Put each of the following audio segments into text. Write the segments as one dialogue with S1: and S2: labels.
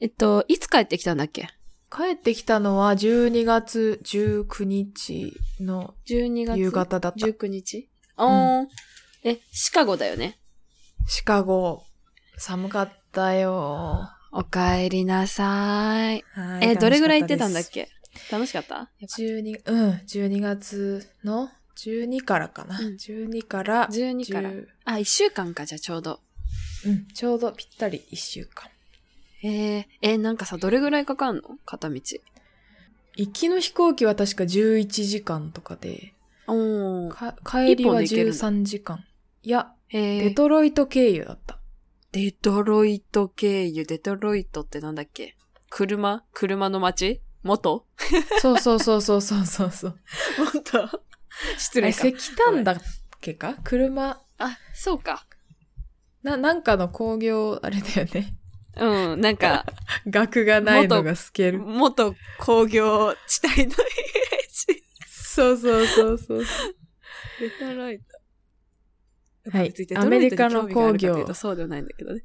S1: えっと、いつ帰ってきたんだっけ
S2: 帰ってきたのは12月19日の
S1: ?12 月
S2: 夕方だった。
S1: 19日あー、え、シカゴだよね。
S2: シカゴ、寒かったよ。
S1: おかえりなさい。
S2: は
S1: え、どれぐらい行ってたんだっ
S2: け
S1: け楽しかった
S2: 12、うん、12月の12からかな。
S1: うん
S2: 12から、
S1: ?12 から。
S2: 10
S1: あ、1週間か、じゃあちょうど。
S2: うん、ちょうどぴったり1週間。
S1: えー、えなんかさ、どれぐらいかかんの片道。
S2: 行きの飛行機は確か11時間とかで、
S1: おー。
S2: か帰
S1: 一
S2: りは
S1: 本で行けるの
S2: 13時間。いや、
S1: え
S2: デ
S1: ー、
S2: トロイト経由だった。
S1: デトロイト経由、デトロイトってなんだっけ車車の街元
S2: そうそうそうそうそうそうそう。
S1: 本当 失
S2: あれ
S1: 礼か。
S2: 石炭だっけか車、
S1: あ、そうか。
S2: な、なんかの工業、あれだよね。
S1: うん、なんか、
S2: 額がないのが透ける。
S1: 元工業地帯のイメージ。
S2: そうそうそうそう。
S1: デトロイト。
S2: はい
S1: 別にデトロイトに興味があるか
S2: アメリカの
S1: とい
S2: 工
S1: う
S2: 業
S1: とそうではないんだけどね。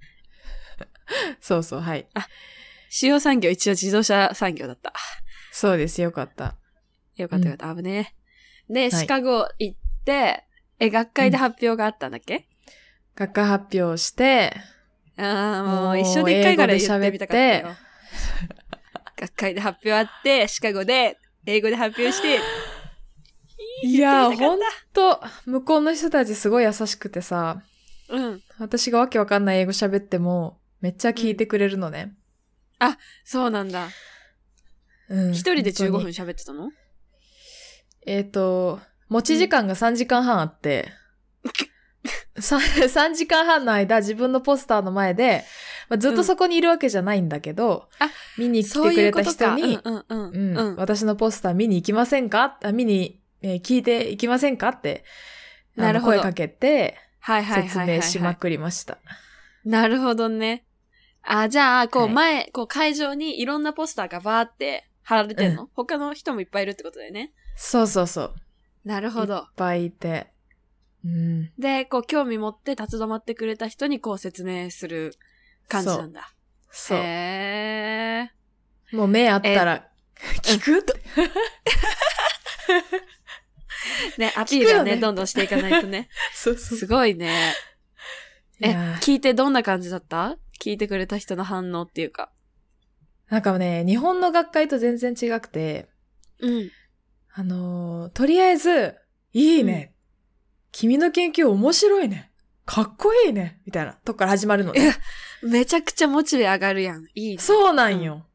S2: そうそう、はい。
S1: 主要産業、一応自動車産業だった。
S2: そうです、よかった。
S1: よかったよかった。危ねえ。で、
S2: い
S1: シカゴ行って、え、学会で発表があったんだっけ、
S2: 学科発表して、
S1: ああ、も
S2: も
S1: う
S2: う
S1: 一緒で一回から言ってみたかった
S2: 英語
S1: よ。 学会で発表あって、シカゴで、英語で発表して、
S2: いやー、
S1: 言
S2: ほ
S1: っ
S2: ん
S1: て
S2: と、向こうの人たちすごい優しくてさ、
S1: みたかったうん。
S2: 私がわけわかんない英語喋っても、めっちゃ聞いてくれるのね。
S1: そうなんだ。
S2: うん
S1: 一人で15分
S2: 本当に
S1: 喋ってたの
S2: えっ、と、持ち時間が3時間半あって、 さ 3, 時間半の間、自分のポスターの前で、まあ、ずっとそこにいるわけじゃないんだけど、
S1: うんあ
S2: 見に来てくれた人に、
S1: うんうんう
S2: うん
S1: ん。うん。
S2: 私のポスター見に行きませんかあ見に、えー聞いて行きませんかって、あの
S1: なるほど
S2: 声かけて、
S1: はいはいはい
S2: 説
S1: はいはい。
S2: 明しまくりました。
S1: なるほどね。あ、じゃあ、こう
S2: はい
S1: 前、こう会場にいろんなポスターがバーって貼られてんの、他の人もいっぱいいるってことだよね。
S2: そうそうそう。
S1: なるほど
S2: いっ。ぱいいて。うん。
S1: で、こう興味持って立ち止まってくれた人にこう説明する感じなんだ。
S2: そう。
S1: へー。
S2: もう目あったら、 聞くって。
S1: ね、アピールは
S2: 聞くよ
S1: ね、
S2: ね
S1: どんどんしていかないとね。
S2: そう そ
S1: すごいね。
S2: い
S1: え
S2: や、ー
S1: 聞いてどんな感じだった聞いてくれた人の反応っていうか。
S2: なんかね、日本の学会と全然違くて、
S1: うん。
S2: あのーとりあえず、いいね。君の研究面白いね。かっこいいね。みたいなとこから始まるのね。
S1: めちゃくちゃモチベ上がるやん。いいね。
S2: そうなんよ。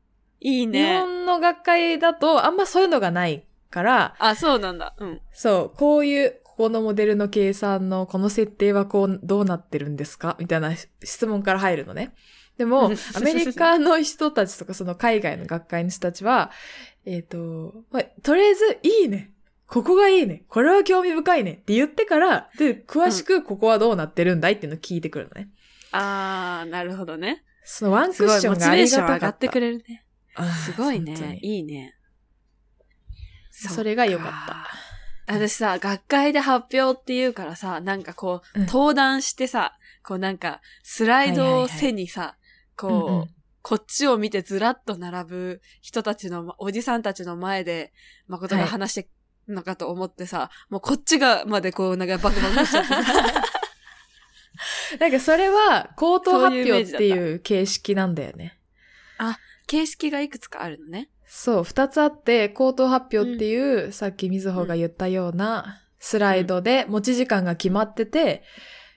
S1: いい
S2: 日
S1: ね。
S2: 本の学会だとあんまそういうのがないから、
S1: あ、そうなんだ。うん。、
S2: そう、こういう、ここのモデルの計算のこの設定はこう、どうなってるんですかみたいな質問から入るのね。でも アメリカの人たちとか、その海外の学会の人たちは、えっ、と、まあとりあえず、いいね。ここがいいね。これは興味深いね。って言ってから、で、詳しくここはどうなってるんだいっていうのを聞いてくるのね。
S1: あー、なるほどね。
S2: そのワンク
S1: す
S2: ッ
S1: ごい、
S2: ショ
S1: モ
S2: ン
S1: チ
S2: があ
S1: ベー
S2: り
S1: シ
S2: が
S1: ョ
S2: た
S1: ン
S2: か
S1: 上がってくれるね。
S2: あー
S1: すごい
S2: 本当
S1: ね。
S2: に
S1: いいね。。
S2: それが良かった
S1: 私さ、学会で発表って言うからさ、なんかこう、
S2: うん
S1: 登壇してさ、こうなんか、スライドを背にさ、こう、
S2: うんうん
S1: こっちを見てずらっと並ぶ人たちの、おじさんたちの前で、誠が
S2: はい
S1: 話してんのかと思ってさ、もうこっちが、までこう、なんかバクバクしちゃってさ
S2: なんかそれは、口頭
S1: そう
S2: 発
S1: いうイメ
S2: 表
S1: ー
S2: っ
S1: ジだった
S2: ていう形式なんだよね。
S1: 形式がいくつかあるのね。
S2: そう、二つあって、口頭発表っていう、さっきみずほが言ったようなスライドで、持ち時間が決まってて、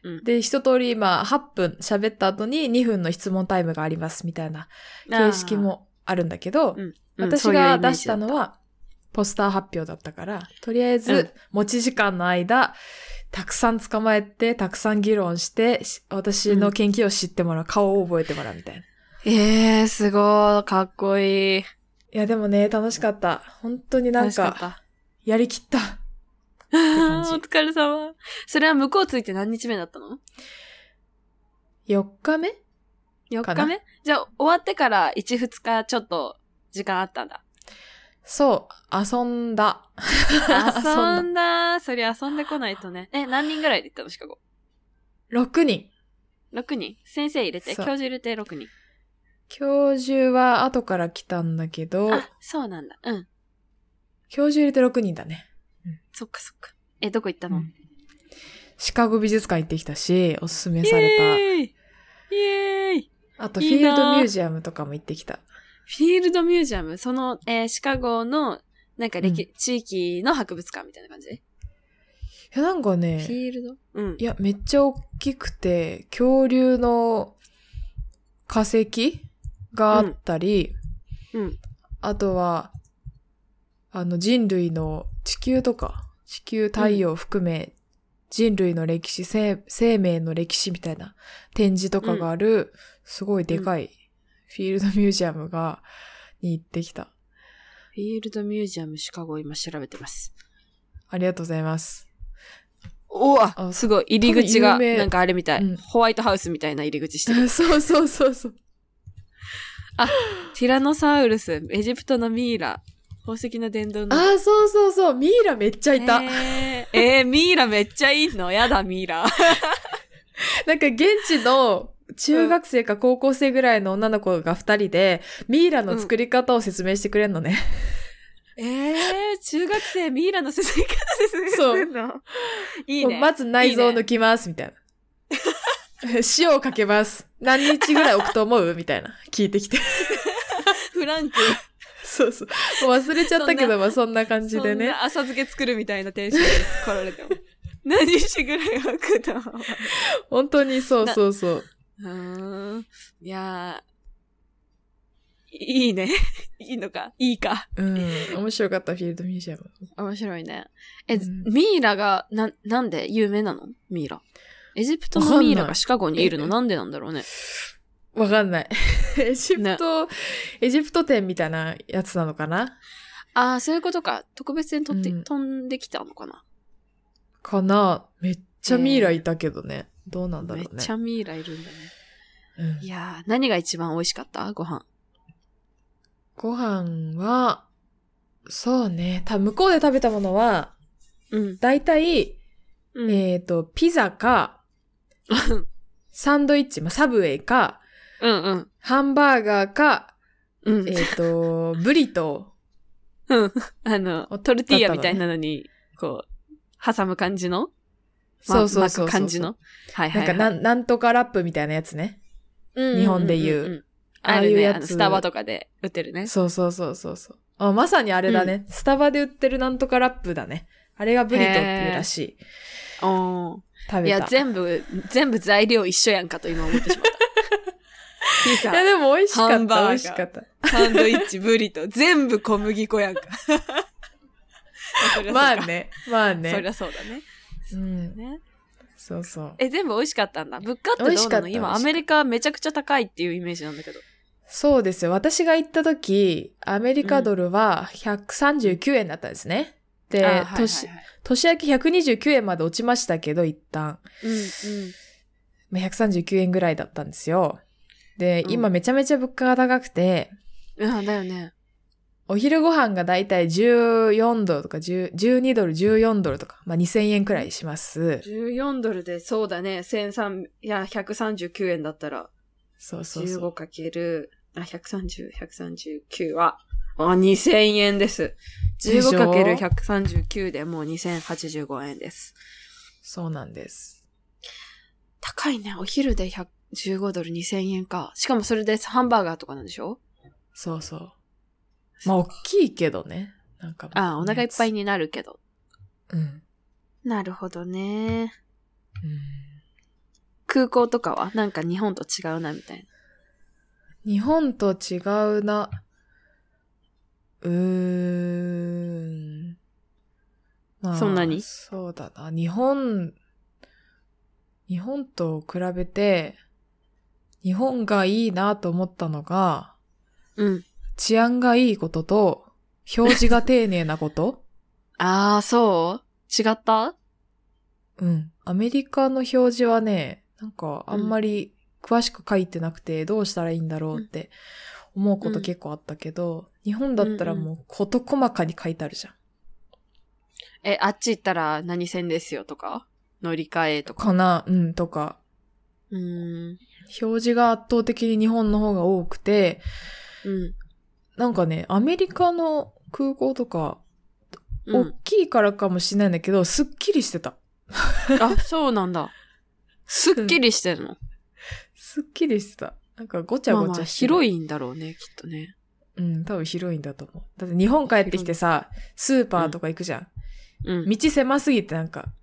S1: うん
S2: で、一通り今、8分喋った後に2分の質問タイムがあります、みたいな形式もあるんだけど、
S1: うんうん
S2: 私
S1: そういうイメー
S2: が
S1: ジだった
S2: 出したのは、ポスター発表だったから、とりあえ
S1: うん
S2: ず、持ち時間の間、たくさん捕まえて、たくさん議論して、し私の研究を知ってもらう、顔を覚えてもらうみたいな。
S1: ええー、すごい、かっこいい。
S2: いや、でもね、楽しかった。本当になん
S1: 楽しか
S2: か
S1: っ、た。
S2: やりきった。感 じ
S1: お疲れ様。それは向こうついて何日目だったの
S2: 4日目
S1: ?4
S2: か
S1: 日
S2: な
S1: 目じゃあ終わってから1、2日ちょっと時間あったん だ。
S2: そう、遊んだ。
S1: 遊んだ。そりゃ遊んでこないとね。え、何人ぐらいで行ったのシカゴ。
S2: 6人。
S1: 6人。先生入れて、
S2: そ
S1: 教
S2: う
S1: 授入れて6人。
S2: 教授は後から来たんだけど、
S1: あ、そうなんだ。うん。
S2: 教授入れて6人だね。
S1: そっかそっか。え、どこ行ったの、
S2: うんシカゴ美術館行ってきたし、おすすめされた。
S1: イエーイイエーイ
S2: あと、フ
S1: いい
S2: ィー
S1: な
S2: ルドミュージアムとかも行ってきた。
S1: フィールドミュージアム、その、えーシカゴの、なんか歴、地域の博物館みたいな感じ、
S2: いや、なんか
S1: フ
S2: ね、
S1: ィールドうん
S2: い。や、めっちゃ大きくて、恐竜の化石があったり、
S1: うん。
S2: あとは、あの人類の地球とか、地球太陽含め、人類の歴史生、生命の歴史みたいな展示とかがある、すごいでかいフィールドミュージアムが、に行ってきた。
S1: フィールドミュージアムシカゴ今調べてます。
S2: ありがとうございます。
S1: おおあ
S2: あ
S1: すごい。入り口が、
S2: 多分有名
S1: なんかあれみたい、
S2: うん
S1: ホワイトハウスみたいな入り口 してる。
S2: そうそうそうそう。
S1: ティラノサウルス、エジプトのミイラ、宝石の殿堂の。
S2: あー、そうそうそう。ミイラめっちゃいた。
S1: えー、えーミイラめっちゃいいのやだ、ミイラ。
S2: なんか現地の中学生か高校生ぐらいの女の子が二人で、ミイラの作り方を説明してくれんのね。
S1: えー、中学生ミイラの進み方ですね。
S2: そう
S1: の。いいね。
S2: まず内臓を抜きます、みたいな。塩をかけます。何日ぐらい置くと思うみたいな。聞いて きて。
S1: フランク。
S2: そうそう。もう忘れちゃったけ
S1: そんな
S2: ど、まあそんな感じで
S1: そん
S2: ね。
S1: な浅漬け作るみたいなテンションで来られ ても。何日ぐらい湧くの
S2: 本当にそうそうそう。
S1: うーん。いやー、いいね。いいのかいいか。
S2: うん。面白かった、フィールドミュージアム。
S1: 面白いね。え、
S2: うん
S1: ミイラが、な、なんで有名なのミイラ。エジプト
S2: わかん
S1: の
S2: ない
S1: ミイラがシカゴにいるのなんでなんだろうね。
S2: わかんない。 エジプト、エジプト展みたいなやつなのかな
S1: ああ、そういうことか。特別に取って、
S2: うん
S1: 飛んできたのかな。
S2: かなめっちゃミイラいたけどね。どうなんだろ
S1: め
S2: う
S1: っ
S2: ね。
S1: ちゃミイラいるんだね。
S2: うん
S1: いやー、何が一番美味しかったご飯。
S2: ご飯は、そうね。た向こうで食べたものは、
S1: うん。
S2: だいたい、
S1: うん
S2: えっ、と、ピ ザか、サンドイッチ、まあ、サブウェイか、
S1: うんうん。
S2: ハンバーガーか、
S1: うん
S2: えっ、と、 ブリト
S1: うん。あの、
S2: ー。
S1: トルティーヤみたい
S2: だ
S1: な
S2: っ
S1: のに、こう、挟む感じの
S2: たのね。そうそうそうそう。
S1: 巻く感じの。はいはい、は
S2: なん
S1: い。
S2: かなん、なんとかラップみたいなやつね。
S1: うん
S2: 日本で言う。
S1: あ
S2: ああい
S1: る
S2: う
S1: ね、
S2: や
S1: あの
S2: つ
S1: スタバとかで売ってるね。
S2: そうそうそうそうそう。あ、まさにあれだね、スタバで売ってるなんとかラップだね。あれがブリトーっていうらしい。
S1: おー
S2: 食べた。
S1: いや、全部、全部材料一緒やんかと今思ってしまった。
S2: いやでも美味しか
S1: ハ
S2: っ
S1: ンバー
S2: た。
S1: ガー
S2: 美味しかった。
S1: ピザ、 サンドイッチ、ブリト、全部小麦粉やんか。そりゃそうか
S2: まあ。ね。まあ
S1: そり
S2: ね。
S1: ゃそうだね。
S2: うん。
S1: ね
S2: そうそう。
S1: え、全部美味しかったんだ。物価って
S2: 美味
S1: どう
S2: し
S1: な
S2: かっ
S1: の
S2: た
S1: 今、アメリカめちゃくちゃ高いっていうイメージなんだけど。
S2: そうですよ。私が行った時、アメリカドルは139円だったんですね。で、
S1: あーはいはいはい
S2: 年、年明け129円まで落ちましたけど、一旦。
S1: うんうん。
S2: まあ、139円ぐらいだったんですよ。で、
S1: うん
S2: 今めちゃめちゃ物価が高くて、
S1: あだよね。
S2: お昼ご飯がだいたい14ドルとか10 12ドル、14ドルとか、まあ、2000円くらいします。
S1: 14ドルで、そうだね。1300、いや、139円だったら、
S2: そうそうそう。
S1: 15かける、あ、130、139は、あ、2000円です。
S2: でしょ
S1: 15かける139でもう2085円です。
S2: そうなんです。
S1: 高いね。お昼で100 15ドル2000円か。しかもそれでハンバーガーとかなんでしょ
S2: そうそう。まあ、大きいけどね。なんか、
S1: あお腹いっぱい
S2: に。
S1: になるけど。
S2: うん。
S1: なるほどね。
S2: うん
S1: 空港とかはなんか日本と違うなみたいな。
S2: 日本と違うな。うーん。ま
S1: そんなに
S2: そうだな。日本、日本と比べて、日本がいいなと思ったのが、
S1: うん。
S2: 治安がいいことと、表示が丁寧なこと。
S1: ああ、そう違った
S2: うん。アメリカの表示はね、なんかあんまり詳しく書いてなくて、どうしたらいいんだろうって思うこと結構あったけど、日本だったらもう事細かに書いてあるじゃん。
S1: え、あっち行ったら何線ですよとか乗り換えとか。
S2: かなうん、とか。
S1: うーん。
S2: 表示が圧倒的に日本の方が多くて、
S1: うん。
S2: なんかね、アメリカの空港とか、
S1: う
S2: 大
S1: ん。
S2: きいからかもしれないんだけど、すっきりしてた。
S1: あ、そうなんだ。すっきりしてるの。
S2: すっきりしてた。なんかごちゃ
S1: まあ
S2: ご
S1: ま
S2: ち
S1: あ、
S2: ゃしてる
S1: 広いんだろうね、きっとね。
S2: うん、多分広いんだと思う。だって日本帰ってきてさ、スーパーとか行くじゃん。
S1: うん。
S2: 道狭すぎてなんか。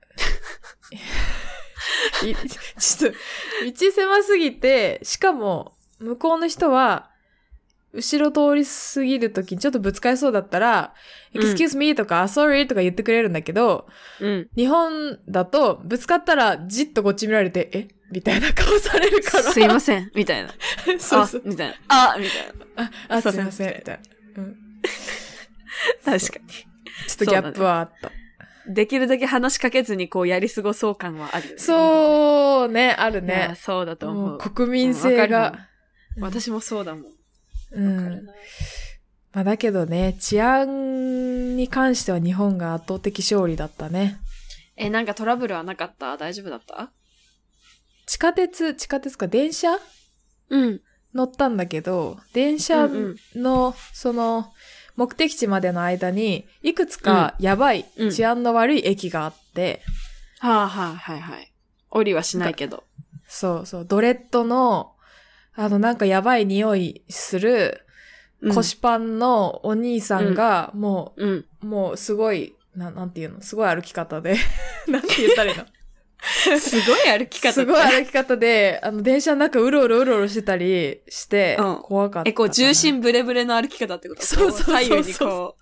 S2: いちょっと、道狭すぎて、しかも、向こうの人は、後ろ通り過ぎるときにちょっとぶつかりそうだったら、
S1: うん
S2: excuse me とか、あ sorry とか言ってくれるんだけど、
S1: うん。
S2: 日本だと、ぶつかったら、じっとこっち見られて、えみたいな顔されるから。
S1: すいません、み たいな。
S2: せん。 そうそう
S1: あ、。みたいな。あ、みたいな。
S2: あ、あ
S1: そう
S2: すいません。みたいな。うん。
S1: 確か
S2: ちょっとギャップはあった。
S1: に。できるだけ話しかけずに、こう、やり過ごそう感はあるよね。
S2: そうね、ある
S1: うね。
S2: ね。
S1: そうだと思
S2: もう
S1: う。
S2: 国民性
S1: うんわか
S2: が。
S1: 私もそうだもん。
S2: う
S1: わかる
S2: ん。
S1: な
S2: まあだけどね、治安に関しては日本が圧倒的勝利だったね。
S1: え、なんかトラブルはなかった大丈夫だった
S2: 地下鉄、地下鉄か電車
S1: うん。
S2: 乗ったんだけど、電車
S1: うんうん
S2: の、その、目的地までの間に、いくつかやばい、
S1: うん
S2: 治安の悪い駅があって、
S1: はあ、はあ、はいはい。降りはしないけど。
S2: そうそう、ドレッドの、あの、なんかやばい匂いする、
S1: うん
S2: 腰パンのお兄さんが、も
S1: うん。
S2: う、もうすごい、ななんていうのすごい歩き方で。 なんて言ったらいいの
S1: すごい歩き方。
S2: すごい歩き方で、あの、電車の中うろうろうろうろしてたりして、
S1: うん
S2: 怖かったかな。
S1: え、こう、重心ブレブレの歩き方ってこと
S2: そうそうそうそう
S1: こ左右にこ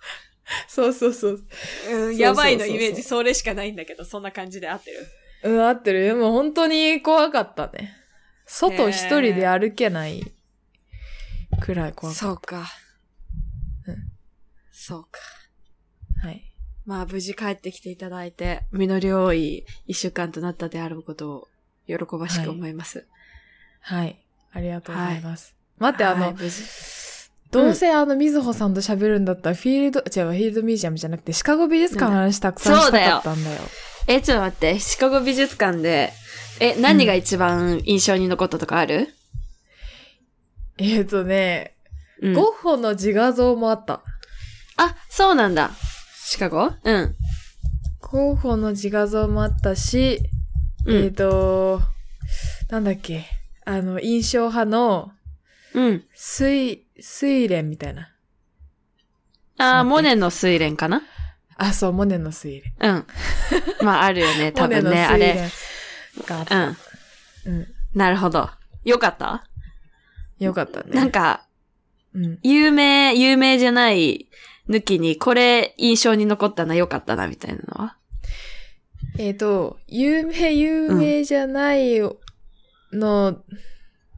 S2: そうそうそう。
S1: う、うん、やばいのイメージ、それしかないんだけど、そんな感じで合ってる。
S2: うん、合ってる。もう本当に怖かったね。外一人で歩けないくらい怖かっ
S1: そうか。
S2: うん
S1: そうか。
S2: た。はい。
S1: まあ、無事帰ってきていただいて、実り多い一週間となったであることを、喜ばしく思います。
S2: はい。ありがとうございます。待って、あ
S1: はい
S2: の、
S1: 無事
S2: どうせあの、みずほさんと喋るんだったら、フィールド、違う、フィールドミュージアムじゃなくて、シカゴ美術館の話たくさん
S1: そ
S2: し
S1: う
S2: た
S1: だよ
S2: かったんだよ。
S1: え、ちょっと待って、シカゴ美術館で、え、何が一番印象に残ったとかある、
S2: えっ、とね、
S1: うん
S2: ゴッホの自画像もあった。
S1: あ、そうなんだ。シカゴうん。
S2: ゴッホの自画像もあったし、
S1: う
S2: えっ、
S1: ん。
S2: と、なんだっけ、あの、印象派の、
S1: うん。
S2: 水、水蓮みたいな。
S1: あ
S2: そ
S1: あ、
S2: うね
S1: モネの睡蓮かな
S2: あ、そう、モネの水蓮。
S1: うん。まあ、あるよね、多
S2: モネ
S1: 分
S2: の
S1: ね、あれ。
S2: 蓮があ
S1: う
S2: った。
S1: ん。
S2: うん。
S1: なるほど。よかった
S2: よかったね。
S1: なんか、
S2: うん。
S1: 有名、有名じゃない抜きに、これ印象に残ったな、よかったな、みたいなのは。
S2: えっ、と、有名、有名じゃないの、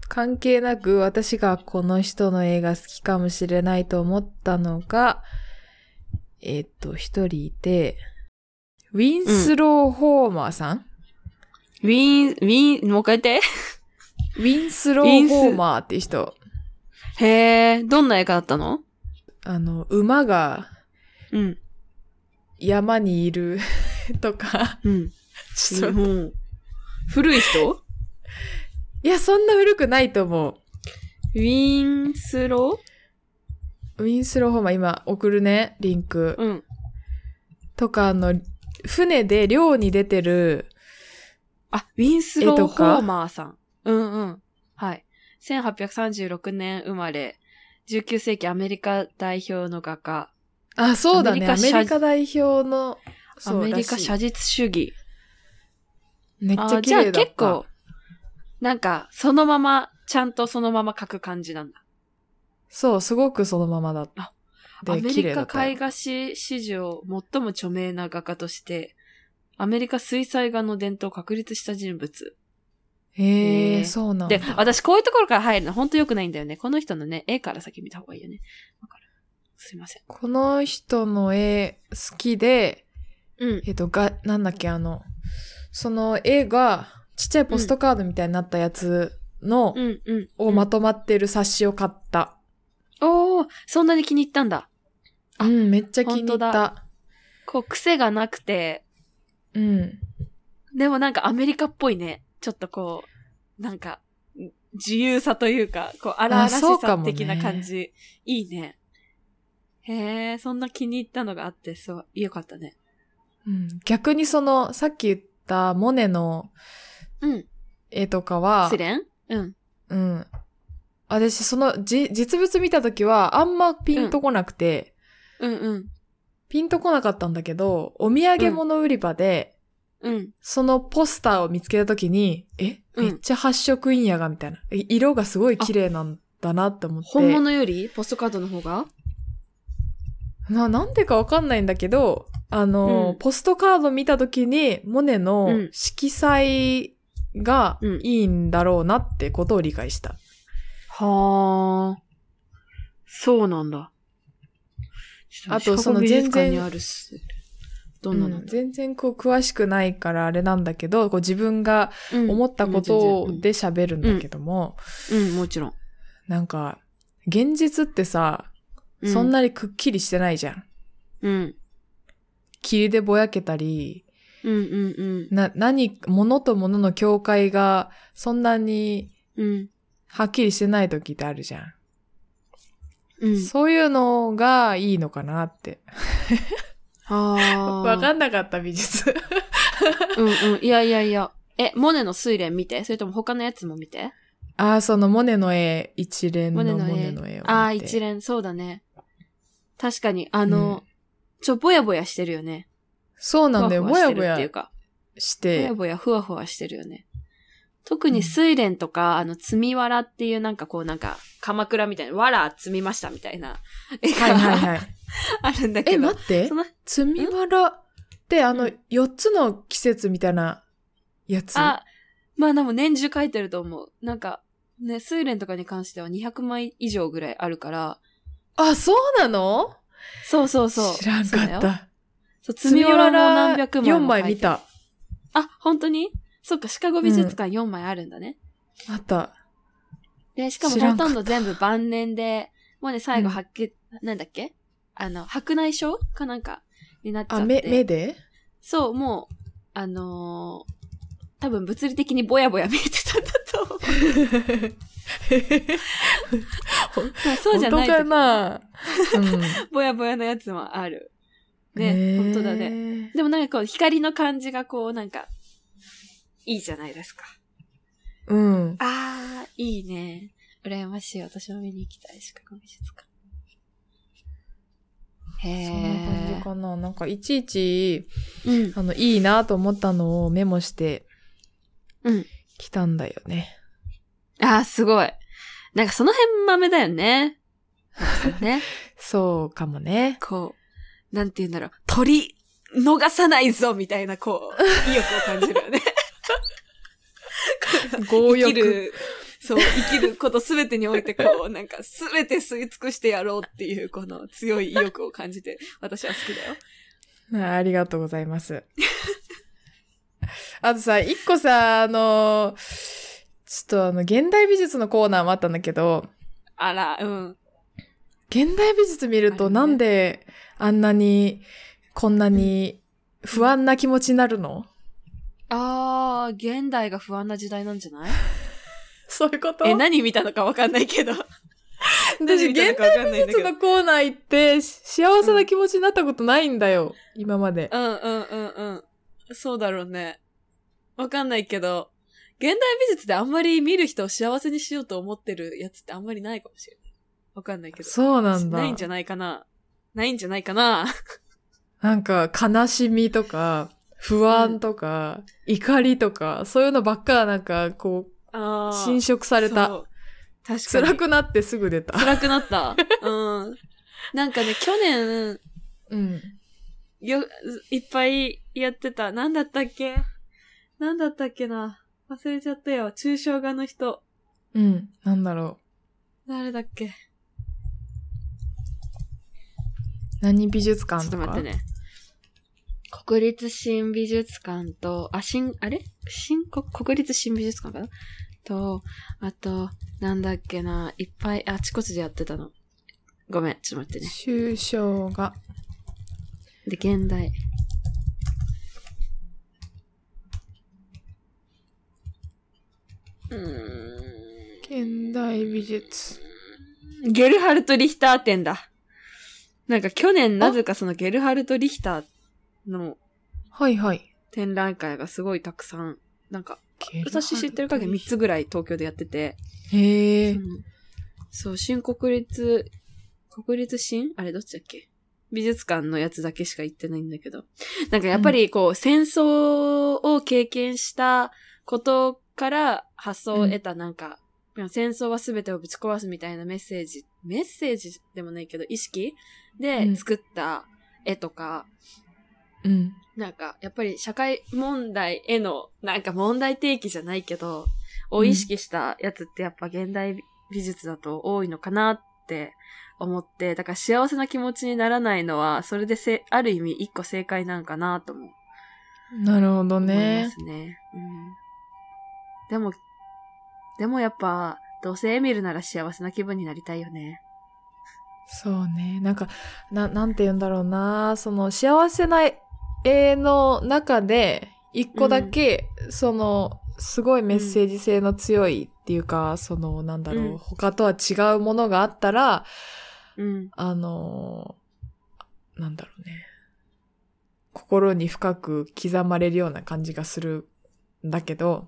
S2: 関係なく、私がこの人の映画好きかもしれないと思ったのが、えっ、と、一人いて、ウィンスロー・ホーマーさん、
S1: ウィーン、ウィーン、もう一回言っ
S2: ウィンスロー・ホーマーって人。
S1: て。へえ、どんな映画だったの
S2: あの、馬が
S1: うん。
S2: 山にいる とか、
S1: うん。
S2: ちょっと、
S1: もう古い人
S2: いや、そんな古くないと思う。
S1: ウィーンスロ
S2: ウィンスロー・ホーマー今送るね、リンク。
S1: ーうん。
S2: とか、あの、船で漁に出てる、
S1: あ、ウィンスロ
S2: 絵
S1: ー・
S2: と
S1: ホ
S2: か
S1: ーマーさん。うんうん。はい。1836年生まれ、19世紀アメリカ代表の画家、
S2: あ、そうだね。ア
S1: アメ
S2: メ
S1: リカ
S2: リカ代表の、
S1: ア
S2: そう
S1: メリカ
S2: らしい
S1: 写実主義。
S2: めっちゃ
S1: あ
S2: 綺
S1: じゃあ
S2: 麗だった。
S1: 結構、なんか、そのまま、ちゃんとそのまま描く感じなんだ。
S2: そう、すごくそのままだった
S1: あ。
S2: で
S1: アメリ
S2: 綺麗だ
S1: カ
S2: ったよ
S1: 絵画史史上最も著名な画家として、アメリカ水彩画の伝統を確立した人物。
S2: へ
S1: へ
S2: え、
S1: ー
S2: そうなんだ
S1: で。、私こういうところから入るの本当良くないんだよね。この人のね、絵から先見た方がいいよね。わかる。すいません。
S2: この人の絵好きで、
S1: うん。
S2: えっと、が、なんだっけ、あの、その絵がちっちゃいポストカードみたいになったやつの、
S1: うんうん。
S2: をまとまってる冊子を買った。
S1: おお、そんなに気に入ったんだ。あ
S2: うん、めっちゃ気に入っ
S1: 本当
S2: た。
S1: こう、癖がなくて、
S2: うん。
S1: でもなんかアメリカっぽいね。ちょっとこう、なんか、ん自由さというか、こう、荒々し
S2: そうか
S1: さ
S2: もね
S1: 的な感じ。いいね。へえ、そんな気に入ったのがあって、そう、よかったね。
S2: うん、逆にその、さっき言ったモネの
S1: うん。
S2: 絵とかは
S1: 試、練うん。
S2: うん。私、その、じ、実物見たときは、あんまピンとこなくて、
S1: うんうん。
S2: ピンとこなかったんだけど、お土産物売り場で、
S1: うん。
S2: そのポスターを見つけたときに、え、
S1: うん
S2: めっちゃ発色いいんやが、みたいな。い色がすごい綺麗なんだなって思って。
S1: 本物よりポストカードの方が
S2: な、なんでかわかんないんだけど、あの、
S1: うん
S2: ポストカード見たときに、モネの
S1: うん
S2: 色彩が
S1: うん
S2: いいんだろうなってことを理解した。
S1: はあ。そうなんだ。ちょっ
S2: あとそ
S1: シカゴ
S2: の
S1: 美術館
S2: 全然
S1: にあるし。どんなの、
S2: うん全然こう詳しくないからあれなんだけど、こう自分が
S1: うん
S2: 思ったこと
S1: うん
S2: で喋るんだけども、
S1: 全然うん、うんもちろん。
S2: なんか、現実ってさ、
S1: う
S2: そん。なにくっきりしてないじゃん。
S1: うん。
S2: 霧でぼやけたり、
S1: うんうんうん。
S2: な、何、物と物の境界がそんなに
S1: うん。
S2: はっきりしてない時ってあるじゃん。
S1: うん。
S2: そういうのがいいのかなって。
S1: はあ。
S2: わかんなかった美術。
S1: うんうん。いやいやいや。え、モネの睡蓮見てそれとも他のやつも見て
S2: ああ、そのモネの絵、一連
S1: モ
S2: の
S1: ネ
S2: モ
S1: の絵
S2: ネの絵を見て。
S1: ああ、一連、そうだね。確かに、あの、
S2: うん
S1: ちょ、ぼやぼやしてるよね。
S2: そうなんだよ。
S1: ふ
S2: も
S1: わ
S2: や
S1: ふ
S2: も
S1: わしてるってい
S2: や
S1: うか、
S2: し
S1: ぼ
S2: て
S1: や。ぼやふわふわしてるよね。特に睡蓮とか、あの、積みわらっていうなんかこうなんか、鎌倉みたいな、わら積みましたみたいな絵
S2: はいはい
S1: が
S2: はい。
S1: あるんだけど。
S2: え、待って
S1: そ。の
S2: 積みわらって、あ
S1: う
S2: の
S1: ん、
S2: 4つの季節みたいなやつ。
S1: あ、まあでも年中書いてると思う。なんか、ね、睡蓮とかに関しては200枚以上ぐらいあるから、
S2: あ、そうなの
S1: そうそうそう。
S2: 知らんか
S1: そうだ
S2: っ
S1: よ
S2: た。
S1: そう、積みわらも何百枚も
S2: 4枚
S1: 入っ
S2: 見
S1: てる。
S2: た。
S1: あ、本当にそっか、シカゴ美術館4枚あるんだね。
S2: あった。
S1: で、しかも
S2: 知ら
S1: ほ
S2: んかっ
S1: と
S2: た
S1: んど全部晩年で、もうね、最後
S2: うん
S1: 白血、なんだっけあの、白内障かなんかになっちゃって。
S2: あ、目、目で
S1: そう、もう、あのー多分物理的にぼやぼや見えてたんだと 思う。まあそうじゃない
S2: 本
S1: 時
S2: 当 かなうん。
S1: ぼやぼやのやつもある。ね、
S2: へー
S1: 本当だね。。でもなんかこう、光の感じがこう、なんか、いいじゃないですか。
S2: うん。
S1: あー、いいね。羨ましい。私も見に行きたい。シカゴ美術館。
S2: そんな感じ
S1: へー。
S2: かな。なんか、いちいち、
S1: うん。
S2: あの、いいなと思ったのをメモして、
S1: うん。
S2: きたんだよね。
S1: あー、すごい。なんかその辺豆だよね。ね。
S2: そうかも ね。
S1: こう、なんて言うんだろう。鳥、逃さないぞみたいな、こう、意欲を感じるよね。
S2: 強
S1: 生き
S2: 欲。
S1: る、そう、生きることすべてにおいて、こう、なんか、すべて吸い尽くしてやろうっていう、この強い意欲を感じて、私は好きだよ。
S2: あありがとうございます。 あとさ、一個さ、あの、ちょっとあの、現代美術のコーナーもあったんだけど、
S1: あら、うん。
S2: 現代美術見る
S1: あ
S2: と
S1: るね
S2: なんであんなに、こんなに不安な気持ちになるの
S1: あー、現代が不安な時代なんじゃない
S2: そういうこと
S1: え、
S2: 私、
S1: 何見たのかわかんない けど。何見たの
S2: 現
S1: かわかんない
S2: 代
S1: ん
S2: 美
S1: だけ
S2: 術
S1: ど。
S2: のコーナー行ってし幸せな気持ちになったことないんだよ、今まで。
S1: うんうんうんうん。そうだろうね。わかんないけど、現代美術であんまり見る人を幸せにしようと思ってるやつってあんまりないかもしれない。わかんないけど。
S2: そうなんだ。
S1: ないんじゃないかな。ないんじゃないかな。
S2: なんか悲しみとか、不安とか、怒りとか、そういうのばっかなんかこう、
S1: ああ。
S2: 侵食され
S1: そ
S2: た。
S1: う。確かに。
S2: 辛くなってすぐ出た。
S1: 辛くなった。うん。なんかね、去年、
S2: うん。
S1: よ、いっぱいやってた。なんだったっけなんだったっけな。忘れちゃったよ。抽象画の人。
S2: うん。なんだろ
S1: 誰だっけ
S2: う。何美術
S1: ちょ
S2: 館
S1: っと
S2: と
S1: 待って
S2: か。
S1: ね。国立新美術館と、あ、新、あれ新国、国立新美術館かなと、あと、なんだっけな、いっぱいあちこちでやってたの。ごめん、ちょっと待ってね。
S2: 抽象画。
S1: で、現代。うーん。
S2: 現現代美術。
S1: ゲルハルト・リヒター展だ。なんか去年なぜかそのゲルハルト・リヒターの
S2: はいはい。
S1: 展覧会がすごいたくさん、なんか私知ってる限り3つぐらい東京でやってて、
S2: へえ
S1: う。んそう、新国立、国立新あれどっちだっけ美術館のやつだけしか行ってないんだけど。なんかやっぱりこう、戦争を経験したことから発想を得たなんか、戦争は全てをぶち壊すみたいなメッセージ、メッセージでもないけど、意識
S2: う
S1: で
S2: ん
S1: 作った絵とか、
S2: うん。
S1: なんか、やっぱり社会問題への、なんか問題提起じゃないけど、を意識したやつってやっぱ現代美術だと多いのかなって思って、だから幸せな気持ちにならないのは、それでせ、ある意味一個正解なんかなとも
S2: なるほど
S1: 思いま
S2: ね。
S1: すね。うん、でも、でもやっぱ、どうせエミルなら幸せな気分になりたいよね。
S2: そうね。なんか、な、なんて言うんだろうな。その、幸せな絵の中で、一個だけ、その、すごいメッセージ性の強いっていうか、その、なんだろう、
S1: うん
S2: 他とは違うものがあったら、
S1: うん。
S2: あのーなんだろうね。心に深く刻まれるような感じがするんだけど、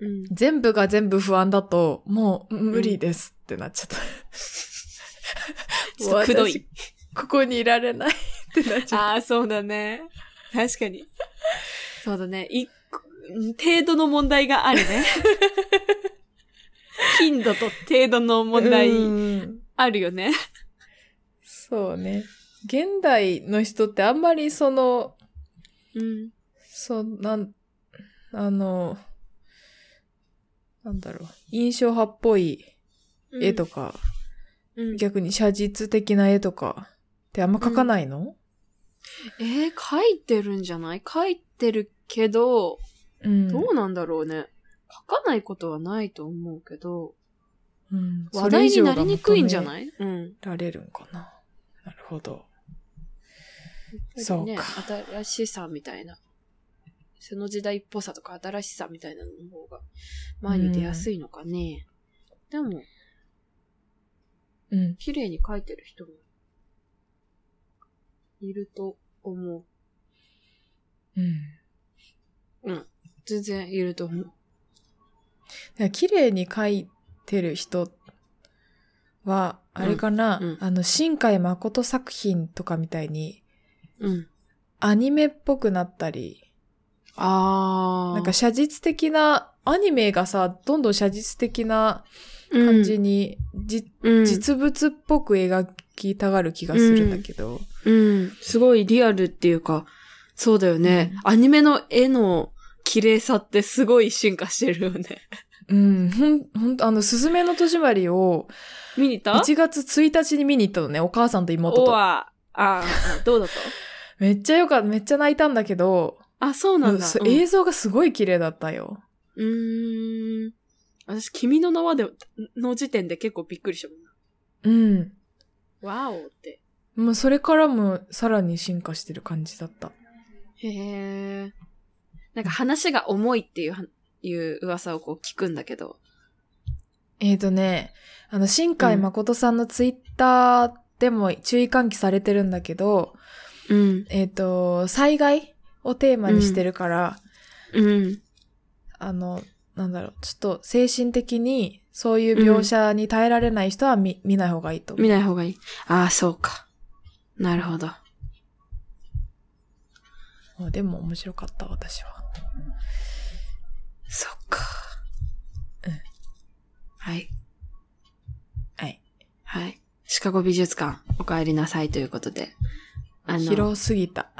S1: うん。
S2: 全部が全部不安だと、もう無理ですってなっちゃった。
S1: ちょっとくどい。
S2: ここにいられないっ てなっちゃっ
S1: ああ、そうだね。確かに。そうだね。一個うん程度の問題がある ね。頻度と程度の
S2: た。
S1: 問題
S2: うん
S1: あるよね。
S2: そうね。現代の人ってあんまりその、
S1: うん。
S2: そんなん、あの、なんだろう、印象派っぽい絵と
S1: か。
S2: か、
S1: うん、
S2: 逆に写実的な絵とかってあんま描かないの
S1: えー、書いてるんじゃない書いてるけど、
S2: うん
S1: どうなんだろうね。書かないことはないと思うけど、
S2: うん
S1: 話題になりにくいんじゃ
S2: い
S1: ないうん。
S2: られるんかな。なるほど。
S1: ね
S2: そう。
S1: 新しさみたいな。その時代っぽさとか新しさみたいなのの方が前に出やすいのかね。でも、
S2: うん。
S1: 綺麗に描いてる人もいると思う。
S2: うん。
S1: 全然いると思う。
S2: だから綺麗に描いてる人は、あれかな、
S1: うんうん
S2: あの、新海誠作品とかみたいに、
S1: うん。
S2: アニメっぽくなったり、
S1: あ
S2: なんか写実的な、アニメがさ、どんどん写実的な感じに、じ
S1: うん、
S2: 実物っぽく描きたがる気がするんだけど、
S1: うん。すごいリアルっていうか、そうだよね。アニメの絵の綺麗さってすごい進化してるよね。
S2: うん、ほん、ほんと、あの、すずめの戸締まりを、
S1: 見に行った
S2: 1月1日に見に行ったのね、お母さんと妹
S1: お
S2: と。
S1: わ。あーあ、どうだった
S2: めっちゃよかった、めっちゃ泣いたんだけど、
S1: あ、そうなんだ。
S2: そ
S1: う
S2: う
S1: ん
S2: 映像がすごい綺麗だったよ。
S1: うーん。私、君の名はで、の時点で結構びっくりしたもんな。
S2: うん。
S1: わおって。
S2: もうそれからもさらに進化してる感じだった。
S1: へえ。なんか話が重いっていうは、いう噂をこう聞くんだけど。
S2: えーとね、あの、新海誠さんのツイッターでも注意喚起されてるんだけど、
S1: うん。
S2: えーと、災害をテーマにしてるから、
S1: うん。
S2: あの、なんだろう、ちょっと精神的にそういう描写に耐えられない人は見,、見ない方がいいと思う。
S1: 見ない方がいい。ああ、そうか。なるほど。
S2: あでも面白かった、私は。
S1: そっか。
S2: うん。
S1: はい。
S2: はい。
S1: はい。シカゴ美術館、お帰りなさいということで。あの、広
S2: 広すぎた。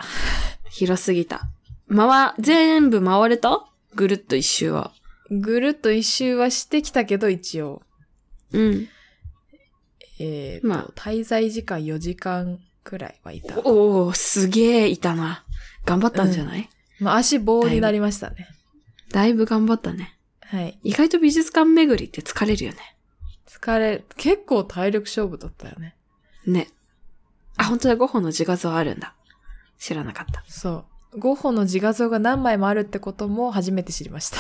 S1: すぎた。回、全部回れたぐるっと一周は。
S2: ぐるっと一周はしてきたけど、一応。
S1: うん。
S2: えーと、
S1: まあ
S2: 滞在時間4時間くらいはいた。
S1: おおすげえいたな。頑張ったんじゃない、
S2: まあ、足棒になりましたね。
S1: だいぶ頑張ったね。
S2: はい。
S1: 意外と美術館巡りって疲れるよね。
S2: 疲れ、結構体力勝負だったよね。
S1: ね。あ、本当だ、ゴッホの自画像あるんだ。知らなか った。
S2: そう。ゴッホの自画像が何 枚もあるってことも初めて知りました。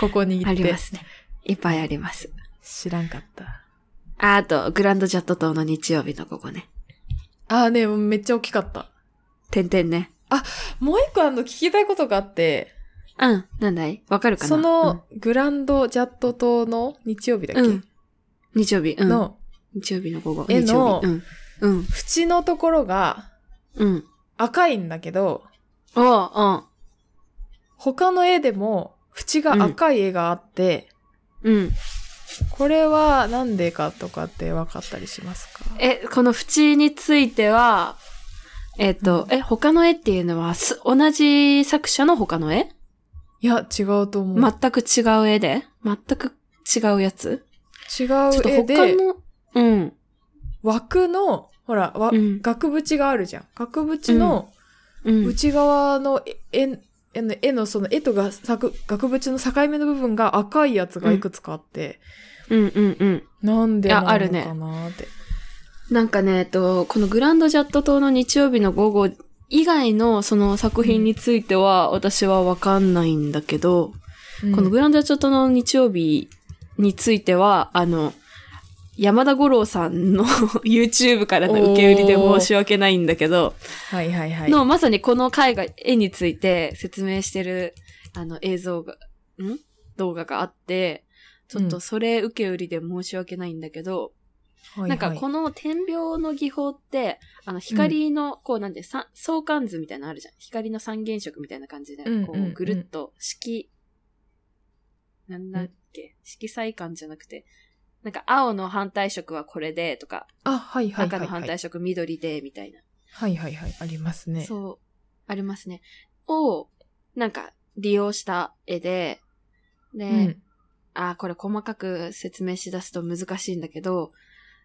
S2: ここに行
S1: あ
S2: っ
S1: り
S2: て
S1: ま。すね。いっぱいあります。
S2: 知らんかった。
S1: ああと、グランドジャット島の日曜日のここね。
S2: ああね、もうめっちゃ大きかった。
S1: てんてんね。
S2: もう一個あの、聞きたいことがあって、
S1: うん。なんだいわかるかな
S2: その、グランドジャット島の日曜日だ
S1: う
S2: っ
S1: ん、
S2: け、
S1: うん。日曜日。うん。
S2: の、
S1: 日曜日の午後。
S2: 絵の
S1: 日曜日。うん。うん。
S2: 縁のところが
S1: うん。
S2: 赤いんだけど、
S1: おう
S2: 他の絵でも縁が赤い絵があって、
S1: おううん。
S2: これはなんでかとかって分かったりしますか
S1: え、この縁については、えっ、と、
S2: う
S1: え、他の絵っていうのは、す同じ作者の他の絵
S2: いや、違うと思う。
S1: 全く違う絵で全く違うやつ
S2: 違
S1: ちょっ
S2: う
S1: と
S2: 絵
S1: 他
S2: で、
S1: の、うん。
S2: 枠の、ほら、わ
S1: うん
S2: 額縁があるじゃん。額縁の
S1: うん。
S2: 内側の絵、絵の絵のその絵とが作額縁の境目の部分が赤いやつがいくつかあって、
S1: うんうんうん。
S2: なんで
S1: いや
S2: なのか
S1: あるね
S2: なって。
S1: なんかね、えっと、このグランドジャット島の日曜日の午後以外のその作品については私はわかんないんだけど、
S2: うん
S1: このグランドジャット島の日曜日については、あの、山田五郎さんの YouTube からの受け売りで申し訳ないんだけど、
S2: はいはいはい。
S1: の、まさにこの絵画、絵について説明してる、あの、映像が、ん動画があって、ちょっ
S2: う
S1: と
S2: ん
S1: それ受け売りで申し訳ないんだけど、
S2: はいはい
S1: なんかこの点描の技法って、あの光の、こうなんで、さ相関図みたいなのあるじゃん。光の三原色みたいな感じで、
S2: うん
S1: こ
S2: うんう
S1: うんぐるっと色、なんだっけ、色彩感じゃなくて、なんか青の反対色はこれでとか、
S2: あ、はいはいは
S1: 赤
S2: い、
S1: の
S2: は
S1: 反
S2: い。
S1: 対色緑でみたいな。
S2: はいはいはい。ありますね。
S1: そう、ありますね。を、なんか利用した絵で、で、
S2: うん。
S1: あーこれ細かく説明しだすと難しいんだけど、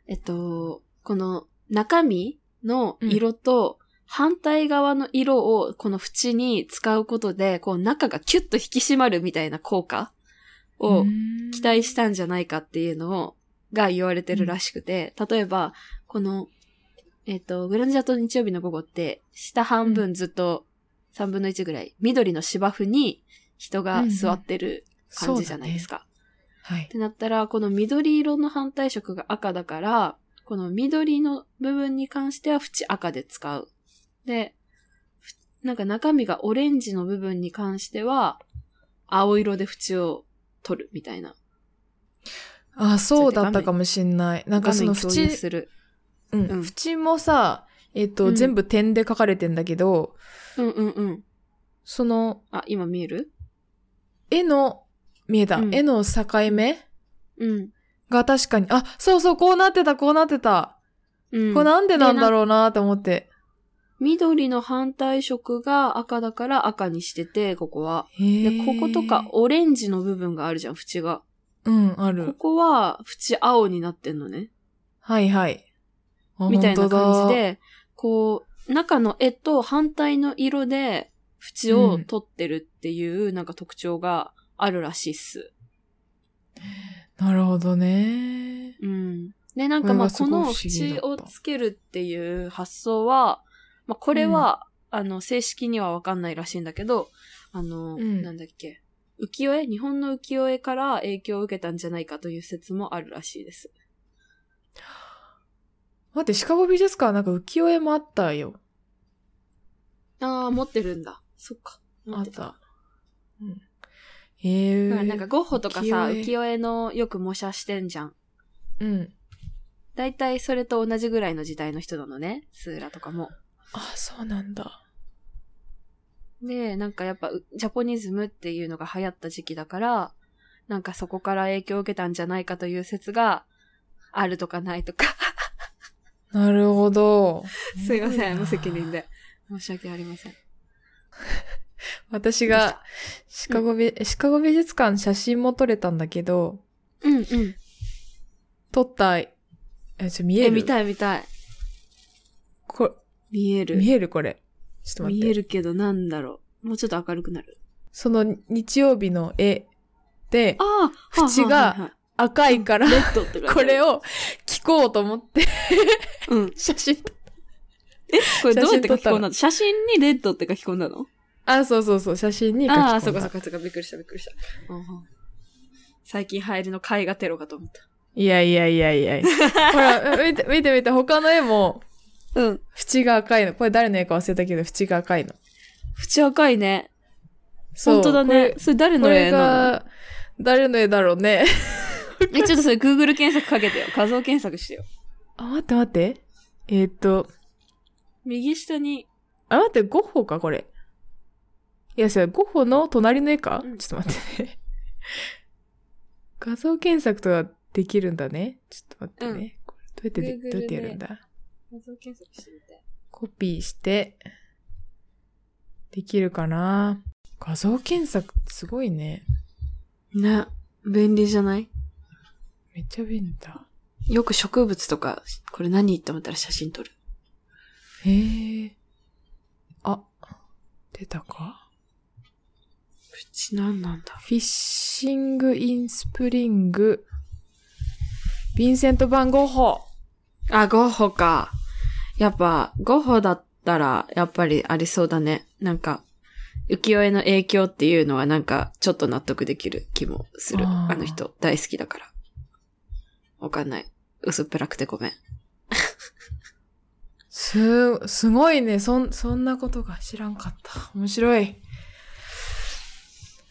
S1: えっと、この中身の色と反対側の色をこの縁に使うことで、こう中がキュッと引き締まるみたいな効果を
S2: うん
S1: 期待したんじゃないかっていうのを、が言われてるらしくて、例えば、この、えっ、と、グランジャと日曜日の午後って、下半分ずっと3分の1ぐらい、緑の芝生に人が座ってる感じじゃないです。か。
S2: そうだね
S1: ってなったら、この緑色の反対色が赤だから、この緑の部分に関しては縁赤で使う。で、ふなんか中身がオレンジの部分に関しては、青色で縁を取るみたいな。
S2: はい。あ、そうだったかもしんない。なんかその
S1: 画面共有
S2: 縁、
S1: する。
S2: う、
S1: うんん
S2: 縁もさ、えっと、
S1: うん
S2: 全部点で書かれてんだけど、
S1: うんうんうん。
S2: その、
S1: あ、今見える
S2: 絵の、見えた、
S1: うん
S2: 絵の境目
S1: うん。
S2: が確かに、あ、そうそう、こうなってた、こうなってた。
S1: うん、
S2: これなんでなんだろうなって思って。
S1: 緑の反対色が赤だから赤にしてて、ここは。
S2: へ
S1: で、
S2: ー
S1: こことか、オレンジの部分があるじゃん、縁が。
S2: うん、あ
S1: こ
S2: る。
S1: こは、縁青になってんのね。
S2: はいはい。あ
S1: みたいな感じ。
S2: 本
S1: で、こう、中の絵と反対の色で、縁を取ってるっていう、なんか特徴があるらしいっす。
S2: 当だなるほどね。
S1: うん。で、なんかまあ、
S2: こ
S1: こ
S2: れは
S1: の
S2: すごい不思議だ
S1: 縁
S2: った
S1: をつけるっていう発想は、まあ、これは、あの、正式にはわかんないらしいんだけど、あの、
S2: うん
S1: なんだっけ、浮世絵日本の浮世絵から影響を受けたんじゃないかという説もあるらしいです。
S2: 待って、シカゴ美術館なんか浮世絵もあったよ。
S1: ああ、持ってるんだ。そっか。持
S2: あ
S1: っ
S2: って
S1: た
S2: た。うん。へえ。
S1: だからなんかゴッホとかさ、浮
S2: 絵。
S1: 世絵のよく模写してんじゃん。
S2: うん。
S1: だいたいそれと同じぐらいの時代の人なのね、スーラとかも。
S2: あ、そうなんだ。
S1: で、なんかやっぱうジャポニズムっていうのが流行った時期だから、なんかそこから影響を受けたんじゃないかという説があるとかないとか。。
S2: なるほど
S1: すいません、無
S2: すご
S1: 責
S2: いな
S1: 任。で。申し訳ありません。
S2: 私が、シカゴ美、シカゴ美術館写真も撮れたんだけど、
S1: うんうん。
S2: 撮った、え、ちょ、見え
S1: え、
S2: る
S1: 見たい見たい。
S2: こ
S1: 見える。
S2: 見えるこれ。ちょっと待っ
S1: 見
S2: て。
S1: えるけどなんだろう。もうちょっと明るくなる。
S2: その日曜日の絵で
S1: あ、あ
S2: 縁が赤いから、
S1: レッドって書いてある
S2: これ。を聞こうと思って、
S1: うん。
S2: 写真撮っ
S1: え、これどうやっ
S2: 写真
S1: て
S2: 撮
S1: 書
S2: っ
S1: き
S2: たの
S1: 込んだの写真にレッドって書き込んだの
S2: あ、そうそうそう、写真に書き込んだ。
S1: ああ、そっかそっかそっか、びっくりしたびっくりした。最近流行りの絵画テロかと思った。
S2: いやいやいやいやほら、見て、見て見て、他の絵も、
S1: うん。
S2: 縁が赤いの。これ誰の絵か忘れたけど、縁が赤いの。
S1: 縁赤いね。
S2: そう
S1: 本当だね。。それ誰
S2: これこ
S1: の
S2: れ
S1: 絵 なの
S2: が、誰の絵だろうね。
S1: え、ちょっとそれ Google 検索かけてよ。画像検索してよ。
S2: あ、待って待って。えーっと、
S1: 右下に、
S2: あ、待って、ゴッホか、これ。いや、それ、ゴッホの隣の絵か、
S1: うん
S2: ちょっと待って ね。画像検索とかできるんだね。ちょっと待ってね。これどうやってで、
S1: Google
S2: どうやってやるんだ
S1: 画像検索してみたい。
S2: コピーして、できるかな画像検索ってすごいね。
S1: ね。便利じゃない
S2: めっちゃ便利だ。
S1: よく植物とか、これ何って思ったら写真撮る。
S2: へえ。あ、出たか
S1: うち何なんだ
S2: フィッシング・イン・スプリング。ヴィンセント・バン・ゴッホ。
S1: あ、ゴッホか。やっぱ、ゴッホだったら、やっぱりありそうだね。なんか、浮世絵の影響っていうのはなんか、ちょっと納得できる気もする。
S2: あ
S1: あ
S2: ー
S1: の人、大好きだから。わかんない。薄っぺらくてごめん。
S2: す、すごいね。そん、そんなことが知らんかった。面白い。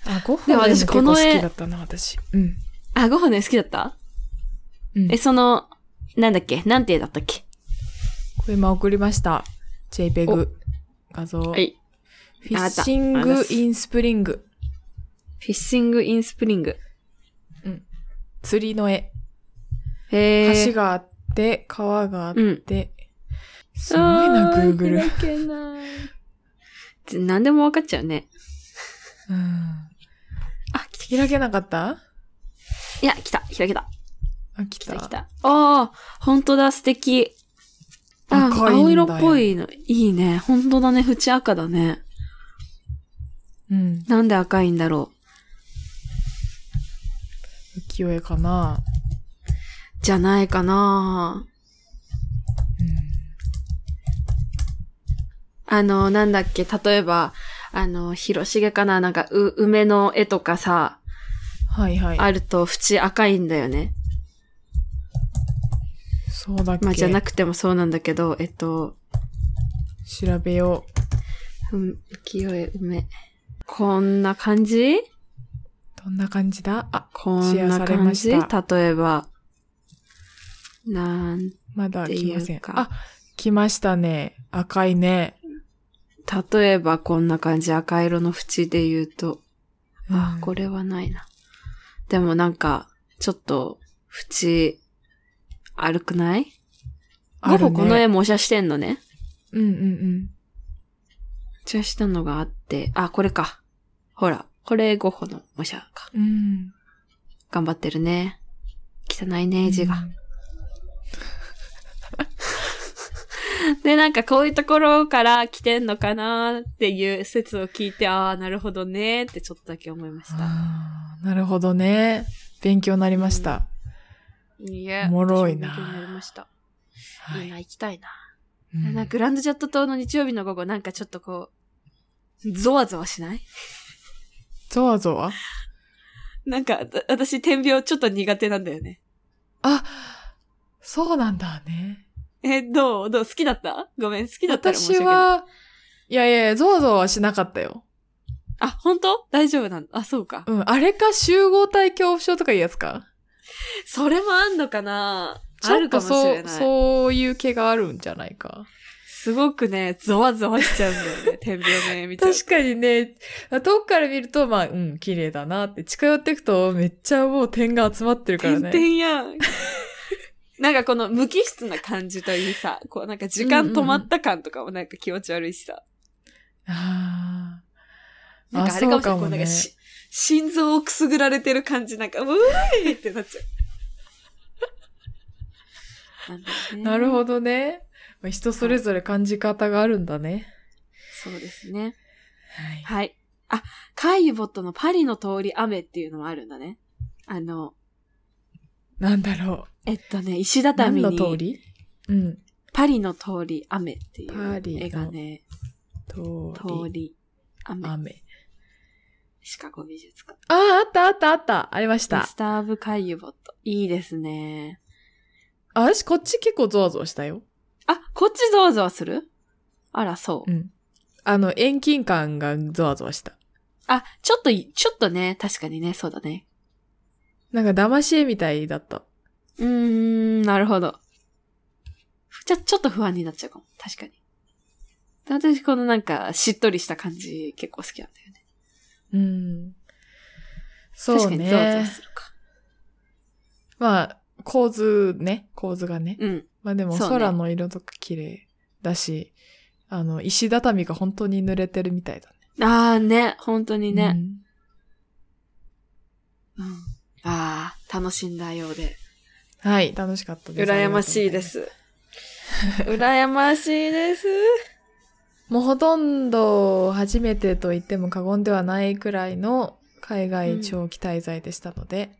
S2: あ、ゴッホ
S1: でも
S2: の絵も
S1: 私
S2: 結
S1: こ
S2: 構
S1: の
S2: 好
S1: 絵
S2: きだったな、私。うん。
S1: あ、ゴッホね、好きだった
S2: うん
S1: え、その、なんだっけなんて絵だったっけ
S2: これ今送りました。JPEG 画像。
S1: は
S2: フィ
S1: い。ああ
S2: ッ
S1: った
S2: シン
S1: ありま
S2: グ・
S1: す
S2: イン・スプリング。
S1: フィッシング・イン・スプリング。
S2: 釣りの絵。
S1: へー。
S2: 橋があって、川があっ
S1: うん。
S2: て。すごいな、
S1: あー
S2: Google。
S1: 開け ない何でもわかっちゃうね。
S2: うん。
S1: あ、来た来
S2: 開けなかった
S1: た。いや、来た。開けた。
S2: あ、来
S1: 来
S2: た。
S1: た来た。ああ、本当だ、素敵。あ、
S2: 赤いんだよ
S1: 青色っぽいの。いいね。本当だね。縁赤だね。
S2: うん。
S1: なんで赤いんだろう。
S2: 浮世絵かな。
S1: じゃないかな
S2: うん。
S1: あの、なんだっけ、例えば、あの、広重かななんか、う、梅の絵とかさ、
S2: はいはい。
S1: あると縁赤いんだよね。
S2: そうだっけ、
S1: まあ、じゃなくてもそうなんだけど、えっと、
S2: 調べよう。
S1: うん、浮世絵梅。こんな感じ
S2: どんな感じだあ、
S1: こ
S2: シ
S1: ん
S2: ェア
S1: な
S2: されま
S1: 感
S2: し
S1: じ
S2: た
S1: 例えば、なん、
S2: まだ来ま
S1: って
S2: せ
S1: い
S2: ん
S1: う。か
S2: あ、来ましたね。赤いね。
S1: 例えばこんな感じ赤色の縁で言うと、あ
S2: う、ん
S1: これはないな。でもなんか、ちょっと、縁、悪くない
S2: あ
S1: ゴ
S2: る
S1: ホ
S2: ね
S1: この絵模写してんのね。
S2: うんうんうん。
S1: 模写したのがあって、あ、これか。ほら、これゴッホの模写か。
S2: うん。
S1: 頑張ってるね。汚いね、字が。。 で、なんかこういうところから来てんのかなっていう説を聞いて、ああ、なるほどねってちょっとだけ思いました。
S2: あーなるほどね。勉強になりました。
S1: いえ
S2: おもろいな
S1: 私も勉強になりました。
S2: はい
S1: いな、行きたいな。
S2: うん
S1: なんかグランドジャット島の日曜日の午後、なんかちょっとこう、ゾワゾワしない
S2: ゾワゾワ
S1: なんか、わ私、天秤ちょっと苦手なんだよね。
S2: あ、そうなんだね。
S1: え、どうどう好きだったごめん、好きだったら申し
S2: 私
S1: 訳ない。
S2: は、いやいや、ゾワゾワはしなかったよ。
S1: あ、本当大丈夫なんだ。あ、そうか。
S2: うん、あれか集合体恐怖症とかいうやつか。
S1: それもあんのかな
S2: ち
S1: あ
S2: ょっ
S1: る
S2: と
S1: かもし
S2: そ
S1: れ
S2: う、
S1: ない。
S2: そういう毛があるんじゃないか。
S1: すごくね、ゾワゾワしちゃうんだよね、 天秤の絵見ちゃうと
S2: 確かにね、遠くから見ると、まあ、うん、綺麗だなって。近寄ってくと、めっちゃもう点が集まってるから
S1: 点
S2: ね。
S1: 々やん。 なんかこの無機質な感じといいさ、こうなんか時間止まった感とかもなんか気持ち悪いしさ。
S2: あー
S1: なんかあれかもしれ
S2: あそう
S1: な
S2: か
S1: い。
S2: も
S1: こう
S2: ね
S1: なんかし心臓をくすぐられてる感じ、なんか、うーいってなっちゃう。なんだよね
S2: あ。なるほどね。まあ人それぞれ感じ方があるんだね。
S1: そうですね。
S2: はい。
S1: はい。あ、カイボットのパリの通り雨っていうのもあるんだね。あの、
S2: なんだろ
S1: えっとね、石畳
S2: う。何
S1: に。
S2: の通りうん。
S1: パリの通り雨ってい
S2: パ
S1: う
S2: リの
S1: 絵がね、
S2: 通
S1: 通
S2: り。
S1: り雨。
S2: 雨。
S1: シカゴ美術館。
S2: ああ、あったあったあった。ありまし
S1: ミ
S2: た
S1: ス。ター・オブ・カイユボット。いいですね。
S2: あ、私こっち結構ゾワゾワしたよ。
S1: あ、こっちゾワゾワするあら、そう。
S2: うん。あの、遠近感がゾワゾワした。
S1: あ、ちょっとい、ちょっとね、確かにね、そうだね。
S2: なんか騙し絵みたいだった。
S1: うーん、なるほど。じゃ、ちょっと不安になっちゃうかも。確かに。私、このなんか、しっとりした感じ、結構好きなんだよね。
S2: うん。そう
S1: 確かにゾワゾワ
S2: ね。
S1: するか。
S2: まあ、構図ね、構図がね。
S1: うん。
S2: まあでも
S1: そうね
S2: 空の色とか綺麗だし、あの、石畳が本当に濡れてるみたいだね。
S1: あーね、本当に
S2: う
S1: ね。
S2: ん
S1: うん。あー、楽しんだようで。
S2: はい、楽しかったです。
S1: 羨ましいで
S2: ありがとうござます。
S1: す。 羨ましいです。
S2: もうほとんど初めてと言っても過言ではないくらいの海外長期滞在でしたので、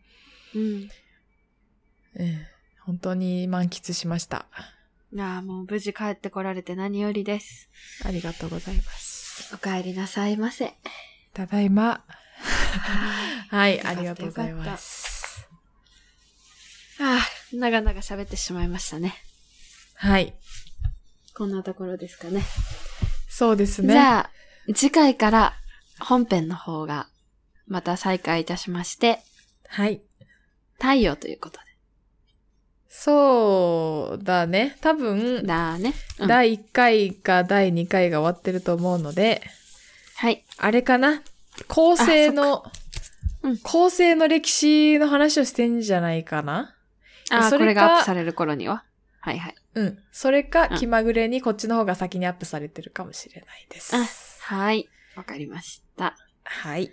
S1: うん。
S2: うん本当に満喫しました。
S1: いやあもう無事帰ってこられて何よりです。
S2: ありがとうございます。
S1: お帰りなさいま せ。
S2: ただいま。
S1: あ
S2: はい、
S1: よか
S2: あ
S1: った
S2: りがとうございます。
S1: あ、長々喋ってしまいましたね。
S2: はい、
S1: こんなところですかね。
S2: そうですね。
S1: じゃあ、次回から本編の方がまた再開いたしまして、
S2: はい。
S1: 太陽ということ
S2: そうだね。多
S1: で。、
S2: 分
S1: だーね。うん
S2: 第1回か第2回が終わってると思うので、
S1: はい。
S2: あれかな構成の、
S1: うん
S2: 構成の歴史の話をしてんじゃないかな
S1: あー
S2: そ
S1: こ
S2: れ
S1: れ
S2: か
S1: がアップされる頃には。はいはい。
S2: うん。それか
S1: うん
S2: 気まぐれにこっちの方が先にアップされてるかもしれないです。
S1: あはい。わかりました。
S2: はい。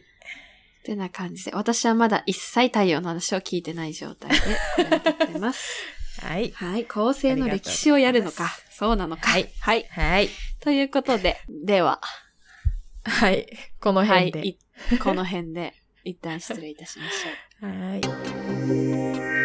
S1: てな感じで、私はまだ一切太陽の話を聞いてない状 態でコメントってます。
S2: はい。
S1: はい。構成の歴史をやるのか。そうなのか。
S2: はい。
S1: はい。
S2: はい。
S1: ということで、では、
S2: はい。この
S1: は
S2: 辺
S1: い
S2: で。
S1: い、この辺で、一旦失礼いたしましょう。
S2: はい